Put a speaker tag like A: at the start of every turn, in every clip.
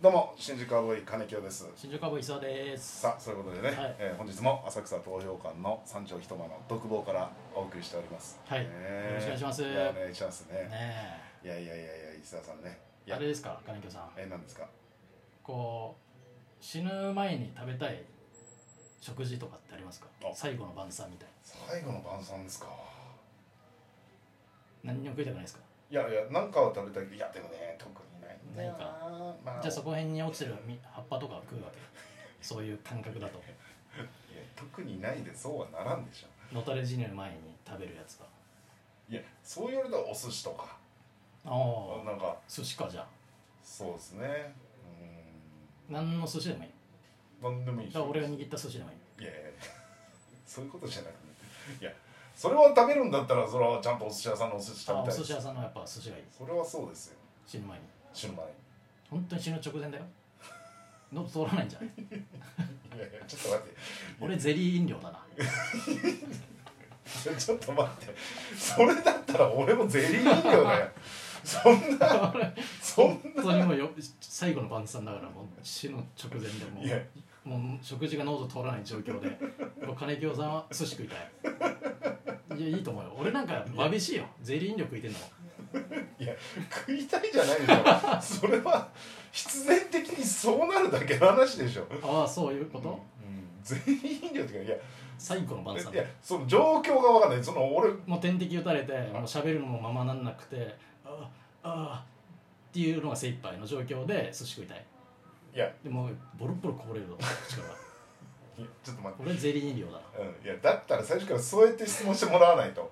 A: どうも新宿アボイ金城です
B: 新宿アボイ沢です
A: さあそういうことでね、
B: はい
A: えー本日も浅草東洋館の三丁一間の独房からお送りしております
B: はい
A: ねえ
B: よろしくお願いします
A: やお願いしますね
B: ね
A: いやいやいやいや石田さんねい
B: え
A: や
B: あれですか金城さん
A: えー、何ですか
B: こう死ぬ前に食べたい食事とかってありますか
A: あ
B: 最後の晩餐みたい
A: 最後の晩餐ですか
B: な何にも食いたくないですか
A: いやいや何かは食べたいけどいやでもね特にないんだよな
B: ない
A: ま
B: じゃあそこら辺に落ちてるみ葉っぱとか 食うわけそういう感覚だと
A: いや特にないでそうはならんでしょ
B: のたれ死ぬ前に食べるやつだ
A: いやそう言われたらお寿司とか
B: ああ
A: なんか
B: 寿司かじゃあ
A: そうですね
B: 何の寿司でもいい
A: うん何でもいい
B: だ
A: し
B: から俺が握った寿司でもいい
A: いや いやいやそういうことじゃなくていやそれは食べるんだったらそれはちゃんとお寿司屋さんのお寿司食
B: あ
A: べ
B: お
A: たい
B: 寿
A: で
B: 司
A: す
B: 屋さんのやっぱ寿司がいい
A: それはそうですよ
B: 死ぬ前に
A: 死ぬ前に
B: 本当に死ぬ直前 だよ喉通らないんじゃない
A: いやいやちょっと待っ
B: 俺ゼリー飲料だな
A: ていやちょっと待ってそれだったら俺もゼリー飲料だよそんなそん
B: 本当にもうよ最後の晩餐だからもう死の直前でも
A: いや
B: うもう食事が喉通らない状況でもう金京さんは寿司食いたいいやいいと思うよ俺なんかわびしいよゼリー飲料食いてんの
A: いや食いたいじゃないでしょそれは必然的にそうなるだけの話でしょ
B: ああそういうこと、
A: うんゼリー飲料ってかいや
B: 最後の晩餐
A: いやその状況が分かんないその俺
B: もう点滴打たれてもう喋るのもままなんなくてああああっていうのが精一杯の状況で寿司食いたい
A: いや
B: でもうボロボロこぼれるぞ口から
A: いやちょっと待って
B: 俺ゼリー飲料だな
A: うんいやだったら最初からそうやって質問してもらわないと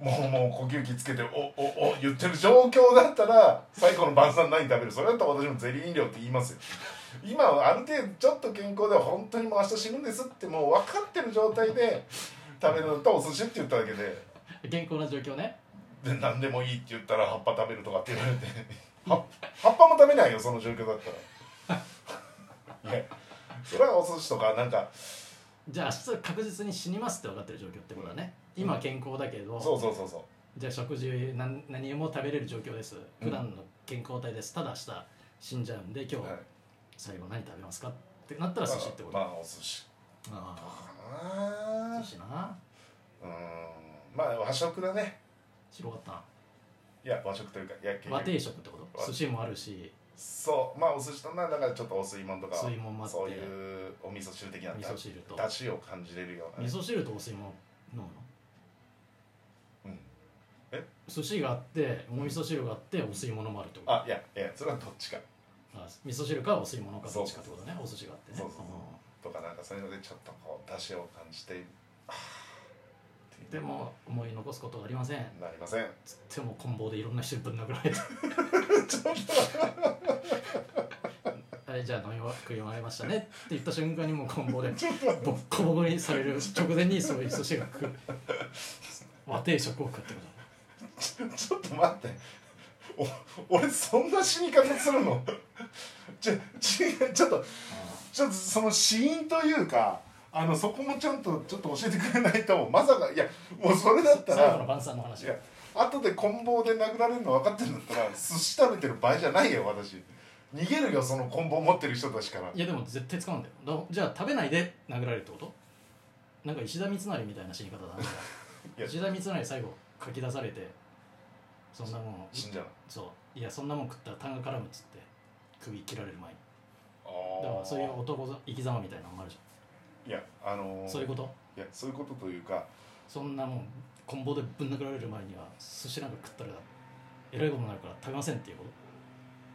A: もうもう呼吸器つけておおお言ってる状況だったら最後の晩餐何食べるそれだったら私もゼリー飲料って言いますよ今はある程度ちょっと健康で本当にもう明日死ぬんですってもう分かってる状態で食べるのとお寿司って言っただけで
B: 健康な状況ね
A: で何でもいいって言ったら葉っぱ食べるとかって言われては葉っぱも食べないよその状況だったらいやそれはお寿司とかなんか
B: じゃあ明日確実に死にますって分かってる状況ってことだね、
A: うん
B: 今健康だけど、
A: そうそうそうそう
B: じゃあ食事何何も食べれる状況です
A: うん
B: 普段の健康体ですただ明日死んじゃうんで今日
A: はい
B: 最後何食べますかってなったら寿司ってこと、
A: ま
B: あ
A: あお寿司
B: あ
A: あ
B: 寿司な
A: ーうーんまあ和食だね
B: 白かったない
A: や和食というかいや結局
B: 和定食ってこと
A: わ
B: 寿司もあるし
A: そうまあお寿司となだからちょっとお吸い物とか
B: 水ももあって
A: そういうお味噌汁的な
B: 味噌汁と
A: だしを感じれるような
B: 味噌汁とお吸い物飲むの
A: うん、
B: 寿司があってお味噌汁があってお吸い物もあるってこと
A: あいやいやそれはどっちか
B: あ味噌汁かお吸い物かどっちかってことね
A: そう
B: お寿司があってね
A: そうそうそうとかなんかそういうのでちょっとこうだしを感じてあー
B: う
A: っ
B: ん
A: て
B: でも思い残すことはありません
A: なりません
B: つっても棍棒でいろんな人にぶん殴 られて
A: ちょっと
B: はいじゃあ飲み終食い終わりましたねって言った瞬間にもう棍 棒でボッコボコにされる直前にそういう寿司が食う和定食を食うってこ
A: ちょっと待ってお俺そんな死に方するの ちょ ちちょっとちょっとその死因というかあのそこもちゃんとちょっと教えてくれないとまさかいやもうそれだっ
B: と
A: た
B: 最後の
A: ら
B: 晩餐の
A: い
B: 話
A: や後で棍棒で殴られるの分かってるんだったら寿司食べてる場合じゃないよ私逃げるよその棍棒持ってる人たちから
B: いやでも絶対使うんだよだじゃあ食べないで殴られるってことなんか石田三成みたいな死に方だ
A: い
B: な
A: や
B: 石田三成最後書き出されてそんなもん
A: 死んじゃう
B: そういやそんなもん食ったら痰が絡むっつって首切られる前に
A: あ
B: だからそういう男ざ生き様みたいなのもあるじ
A: いやあの
B: ゃ
A: ー
B: んそういうこと
A: いやそういうことというか
B: そんなもん棍棒でぶん殴られる前には寿司なんか食ったらえらいことになるから食べませんっていうこと、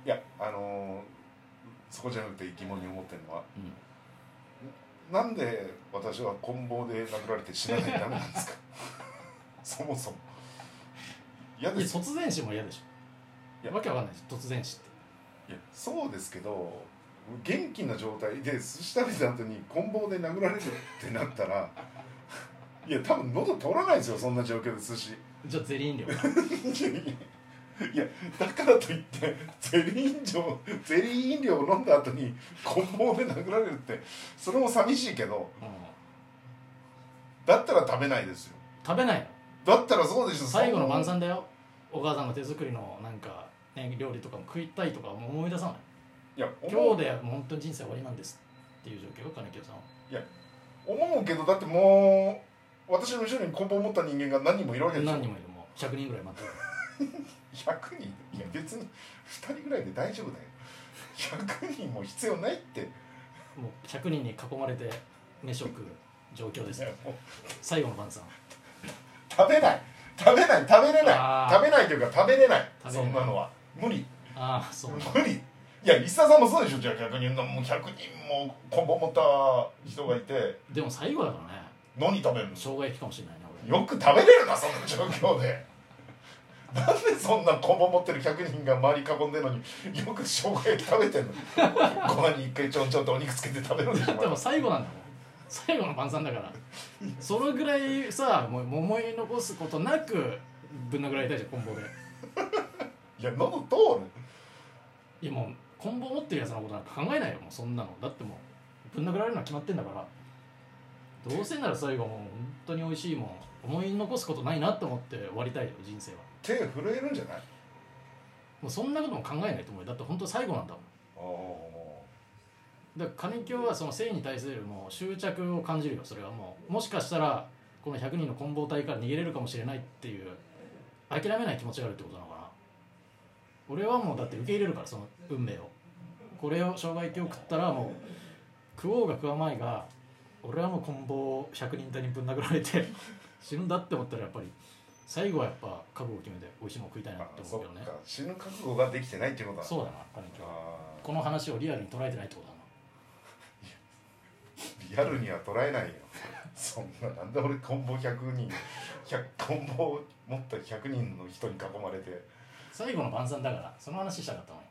A: いやあのーそこじゃなくて疑問に思ってるのは
B: うん、
A: なんで私は棍棒で殴られて死なないとダメなんですか そもそも嫌
B: い
A: で
B: や
A: すい
B: 突然死も嫌でし
A: いや
B: ょわけわかんないでしょ突然死って
A: やそうですけど元気な状態で寿司食べた後に棍棒で殴られるってなったら いや多分喉通らないですよそんな状況で寿司
B: じゃあゼリー飲料
A: いやだからといってゼリー飲料ゼリー飲料を飲んだ後に棍棒で殴られるってそれも寂しいけど
B: うん
A: だったら食べないですよ
B: 食べないの
A: だったらそうでしょ
B: 最後の
A: そんな
B: 晩餐だよお母さんの手作りのなんか、ね、料理とかも食いたいとかも思い出さない
A: いや思
B: 今
A: う
B: 日で本当に人生終わりなんですっていう状況金清さんは
A: 思うけどだってもう私の後ろに根本を持った人間が何人もいるわけでしょ
B: 何人もいるもう100人ぐらい待ってる
A: 100人いや別に2人ぐらいで大丈夫だよ100人も必要ないって
B: もう100人に囲まれて飯を食う状況で
A: い
B: す
A: やもう
B: 最後の晩餐
A: 食べない食べない食べれない
B: あー
A: 食べないというか食べれない
B: 食べ
A: そ
B: れない
A: んなのは無理
B: ああそうなんだ
A: 無理いや石田さんもそうでしょじゃあ逆にもう100人もコンボ持った人がいて
B: でも最後だからね
A: 何食べるの
B: 生姜焼きかもしれないね俺
A: よく食べれるなそんな状況でなんでそんなコンボ持ってる100人が周り囲んでるのによく生姜焼き食べてんのご飯に一回ちょんちょんとお肉つけて食べるんでしょ
B: でも最後なんだもん最後の晩餐だからそのぐらいさもう思い残すことなくぶん殴られたいじゃんコンボで
A: いや喉通る
B: いやもうコンボ持ってるやつのことなんか考えないよもうそんなのだってもうぶん殴られるのは決まってんだからどうせなら最後もう本当に美味しいもん思い残すことないなと思って終わりたいよ人生は
A: 手震えるんじゃない
B: もうそんなことも考えないと思うよだって本当最後なんだもん
A: ああも
B: だから金京はその性に対するもう執着を感じるよそれはもうもしかしたらこの100人の棍棒隊から逃げれるかもしれないっていう諦めない気持ちがあるってことなのかな俺はもうだって受け入れるからその運命をこれを障害系を食ったらもう食おうが食わまいが俺はもう棍棒を100人隊にぶん殴られて 死ぬんだって思ったらやっぱり最後はやっぱ覚悟を決めて美味しいもの食いたいうなって
A: そ
B: 思
A: っ
B: う
A: か
B: けどね
A: 死ぬ覚悟ができてないっていうことだ
B: そうだな金京は
A: あ
B: この話をリアルに捉えてないってことだな
A: ーリアルには捉えないよ そんななんで俺コンボ100人100コンボを持った100人の人に囲まれて
B: 最後の晩餐だからその話したかったのに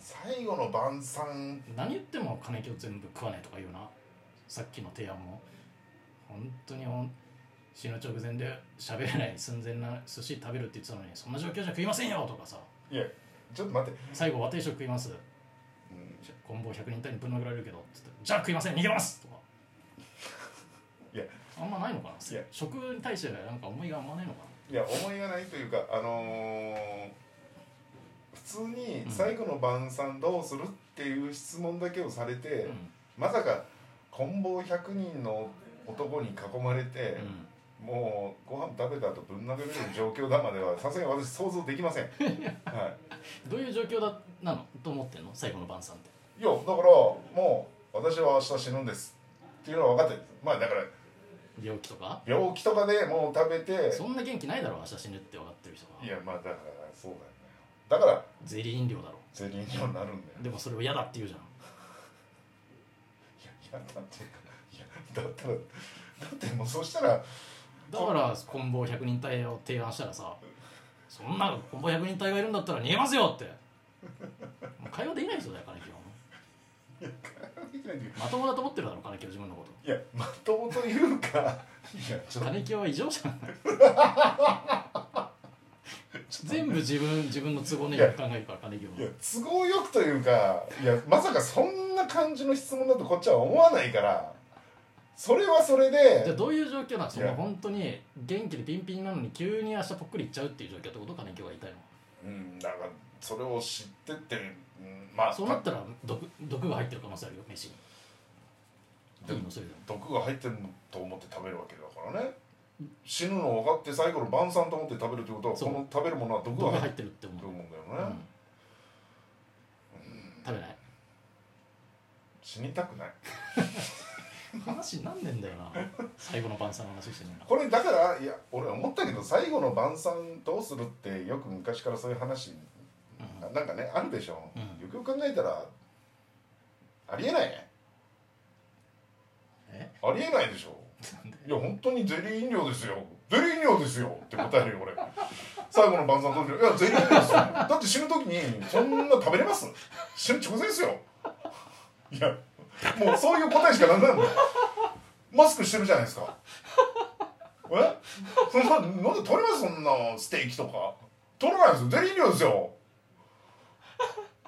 A: 最後の晩餐
B: 何言っても金木を全部食わないとか言うなさっきの提案も本当にほん死ぬ直前で喋れない寸前な寿司食べるって言ってたのにそんな状況じゃ食いませんよとかさ
A: いやちょっと待って、
B: 最後和定食食います
A: うん
B: コンボ100人単位にぶん殴られるけどっつってじゃあ食いません逃げますとか
A: いや
B: あんまないのかない
A: や
B: 食に対してなんか思いがあんまないのかない
A: や思いがないというかあのー普通に最後の晩餐どうするっていう質問だけをされて、
B: うん
A: まさか棍棒100人の男に囲まれて、もうご飯食べた後ぶん殴れる状況だまではさすがに私想像できま せん、は
B: うんどういう状況だなのと思ってんの最後の晩餐って
A: い、いやだからもう私は明日死ぬんですっていうのは分かってるんですまあだから
B: 病気とか
A: 病気とかでもう食べて
B: そんな元気ないだろ明日死ぬって分かってる人
A: い
B: が
A: やまあだからそうだよねだから
B: ゼリー飲料だろ
A: ゼリーにはなるんだよ
B: でもそれを嫌だって言うじゃん
A: いやいやだっていやだったらだってもうそしたら
B: だから棍棒100人隊を提案したらさそんな棍棒100人隊がいるんだったら逃げますよってもう会話できない人だよ金木は
A: できないんだけど
B: まともだと思ってるだろ金木は自分のこ
A: いやまともというかいやち
B: と
A: ょっと
B: 金木は異常じゃん全部自分自分の都合のいいように考えるから金木
A: いや
B: は
A: 都合よくというかいやまさかそんな感じの質問だとこっちは思わないからそれはそれ
B: じゃあ
A: で
B: どういう状況なの
A: い
B: その
A: や
B: 本当に元気でピンピンなのに急に明日ぽっくりいっちゃうっていう状況ってこと金木が言いたいの
A: うんだからそれを知ってって、うんまあ
B: そうなったら毒毒が入ってる可能性あるよ飯に
A: で
B: いいのそれでも
A: 毒が入ってると思って食べるわけだからね死ぬの分かって最後の晩餐と思って食べるってことは
B: そう
A: この食べるものは毒
B: 毒
A: が入
B: が入
A: っ
B: ってるって思
A: てると
B: う、
A: 思うんだよ
B: うん
A: ね、
B: 食べない
A: 死にたくない
B: 話になんねんだよな最後の晩餐の話してんのに
A: これだからいや俺思ったけど最後の晩餐どうするってよく昔からそういう話
B: な、
A: ななんかねあるでしょ、
B: うん
A: よくよく考えたらありえないね
B: え
A: ありえないでしょいや本当にゼリー飲料ですよゼリー飲料ですよって答えるよ俺最後の晩餐どうするいやゼリー飲料ですよだって死ぬ時にそんな食べれます死ぬ直前ですよいやもうそういう答えしかなくなるんだよマスクしてるじゃないですかえそんななんで取れますそんなステーキとか取らないですよゼリー飲料ですよ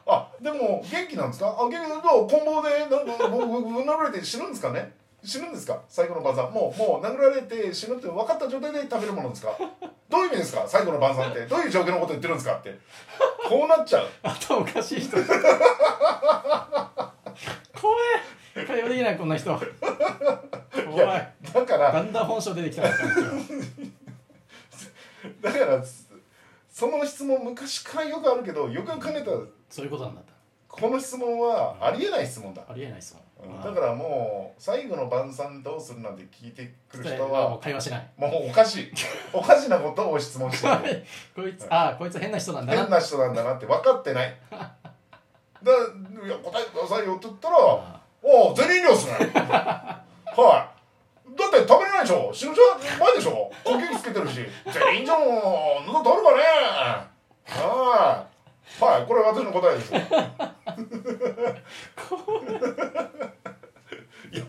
A: あでも元気なんですかあ元気だと棍棒でなんかぶぶぶん殴られて死ぬんですかね死ぬんですか最後の晩餐もうもう殴られて死ぬって分かった状態で食べるものですかどういう意味ですか最後の晩餐ってどういう状況のこと言ってるんですかってこうなっちゃう
B: 頭おかしい人ないこんな人お
A: い
B: い
A: やだから
B: だんだん本性出てきたな環境
A: だからすその質問昔からよくあるけどよくよく考えたら
B: そういうことなんだった
A: この質問はありえない質問だ、
B: ありえないですも
A: うんんだからもう最後の晩餐どうするなんて聞いてくる
B: 伝え
A: 人
B: もう
A: は
B: 会話しない
A: もうおかしいおかしなことを質問してる
B: こいつああこいつ変な人なんだ
A: 変
B: な
A: な人なんだなって分かってないだいや答えてくださいよって言ったら「お
B: あ
A: おゼリー飲料っすね」 はいだって食べれないでしょ死ぬじゃないでしょ呼吸器つけてるしゼリーじゃん喉通るかねはいはいこれ私の答 えですよいや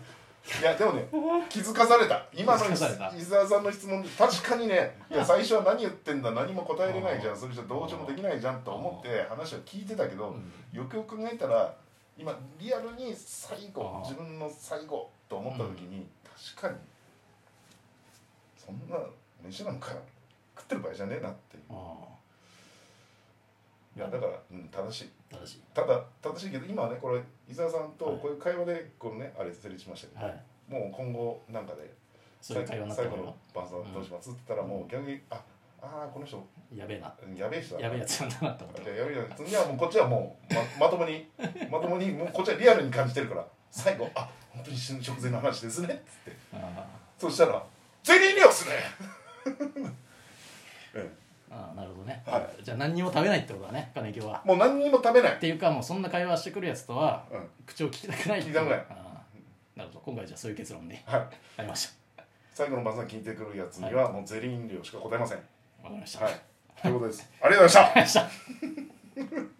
A: いやでもね気づかされた今の
B: 気づかされた
A: 伊沢さんの質問確かにねいや最初は何言ってんだ何も答えれないじゃんそれじゃどうしようもできないじゃんと思って話は聞いてたけ
B: う
A: ど
B: ん
A: よくよく考えたら今リアルに最後
B: あー
A: 自分の最後と思った時に確かにそんな飯なんか食ってる場合じゃねえなっていう
B: あ
A: いやだから、うん、正しい
B: あ正しい
A: ただ正しいけど今はねこれ伊沢さんとこういう会話でこのねあれ成立しましたけど、
B: はい
A: もう今後なんかで
B: そういう会話になった
A: 最
B: 方
A: 後
B: がいい
A: の晩餐どうしますって言ったらもう逆にああーこの人
B: のやべえな
A: やべえ人だ
B: やべえやつなんだなって思った
A: いややべえ人いやもうこっちはもうままともに まともにもうこっちはリアルに感じてるから最後あ本当に死ぬ直前の話ですねっつって
B: あ
A: そしたら「ゼリー量っすね! うん
B: あああなるほどね、
A: は
B: じゃあ何にも食べないってことだね金木は」
A: もう何にも食べない
B: っ、ていうかもうそんな会話してくるやつとは
A: うん、
B: 口を聞きたくない
A: 聞きたくない
B: ああなるほど今回じゃあそういう結論で
A: はい
B: ありまし
A: 最後の晩餐聞いてくるやつにはもうゼリー飲料しか答えません
B: たわかりました、
A: はいということですありがとうございました
B: ありがとうございました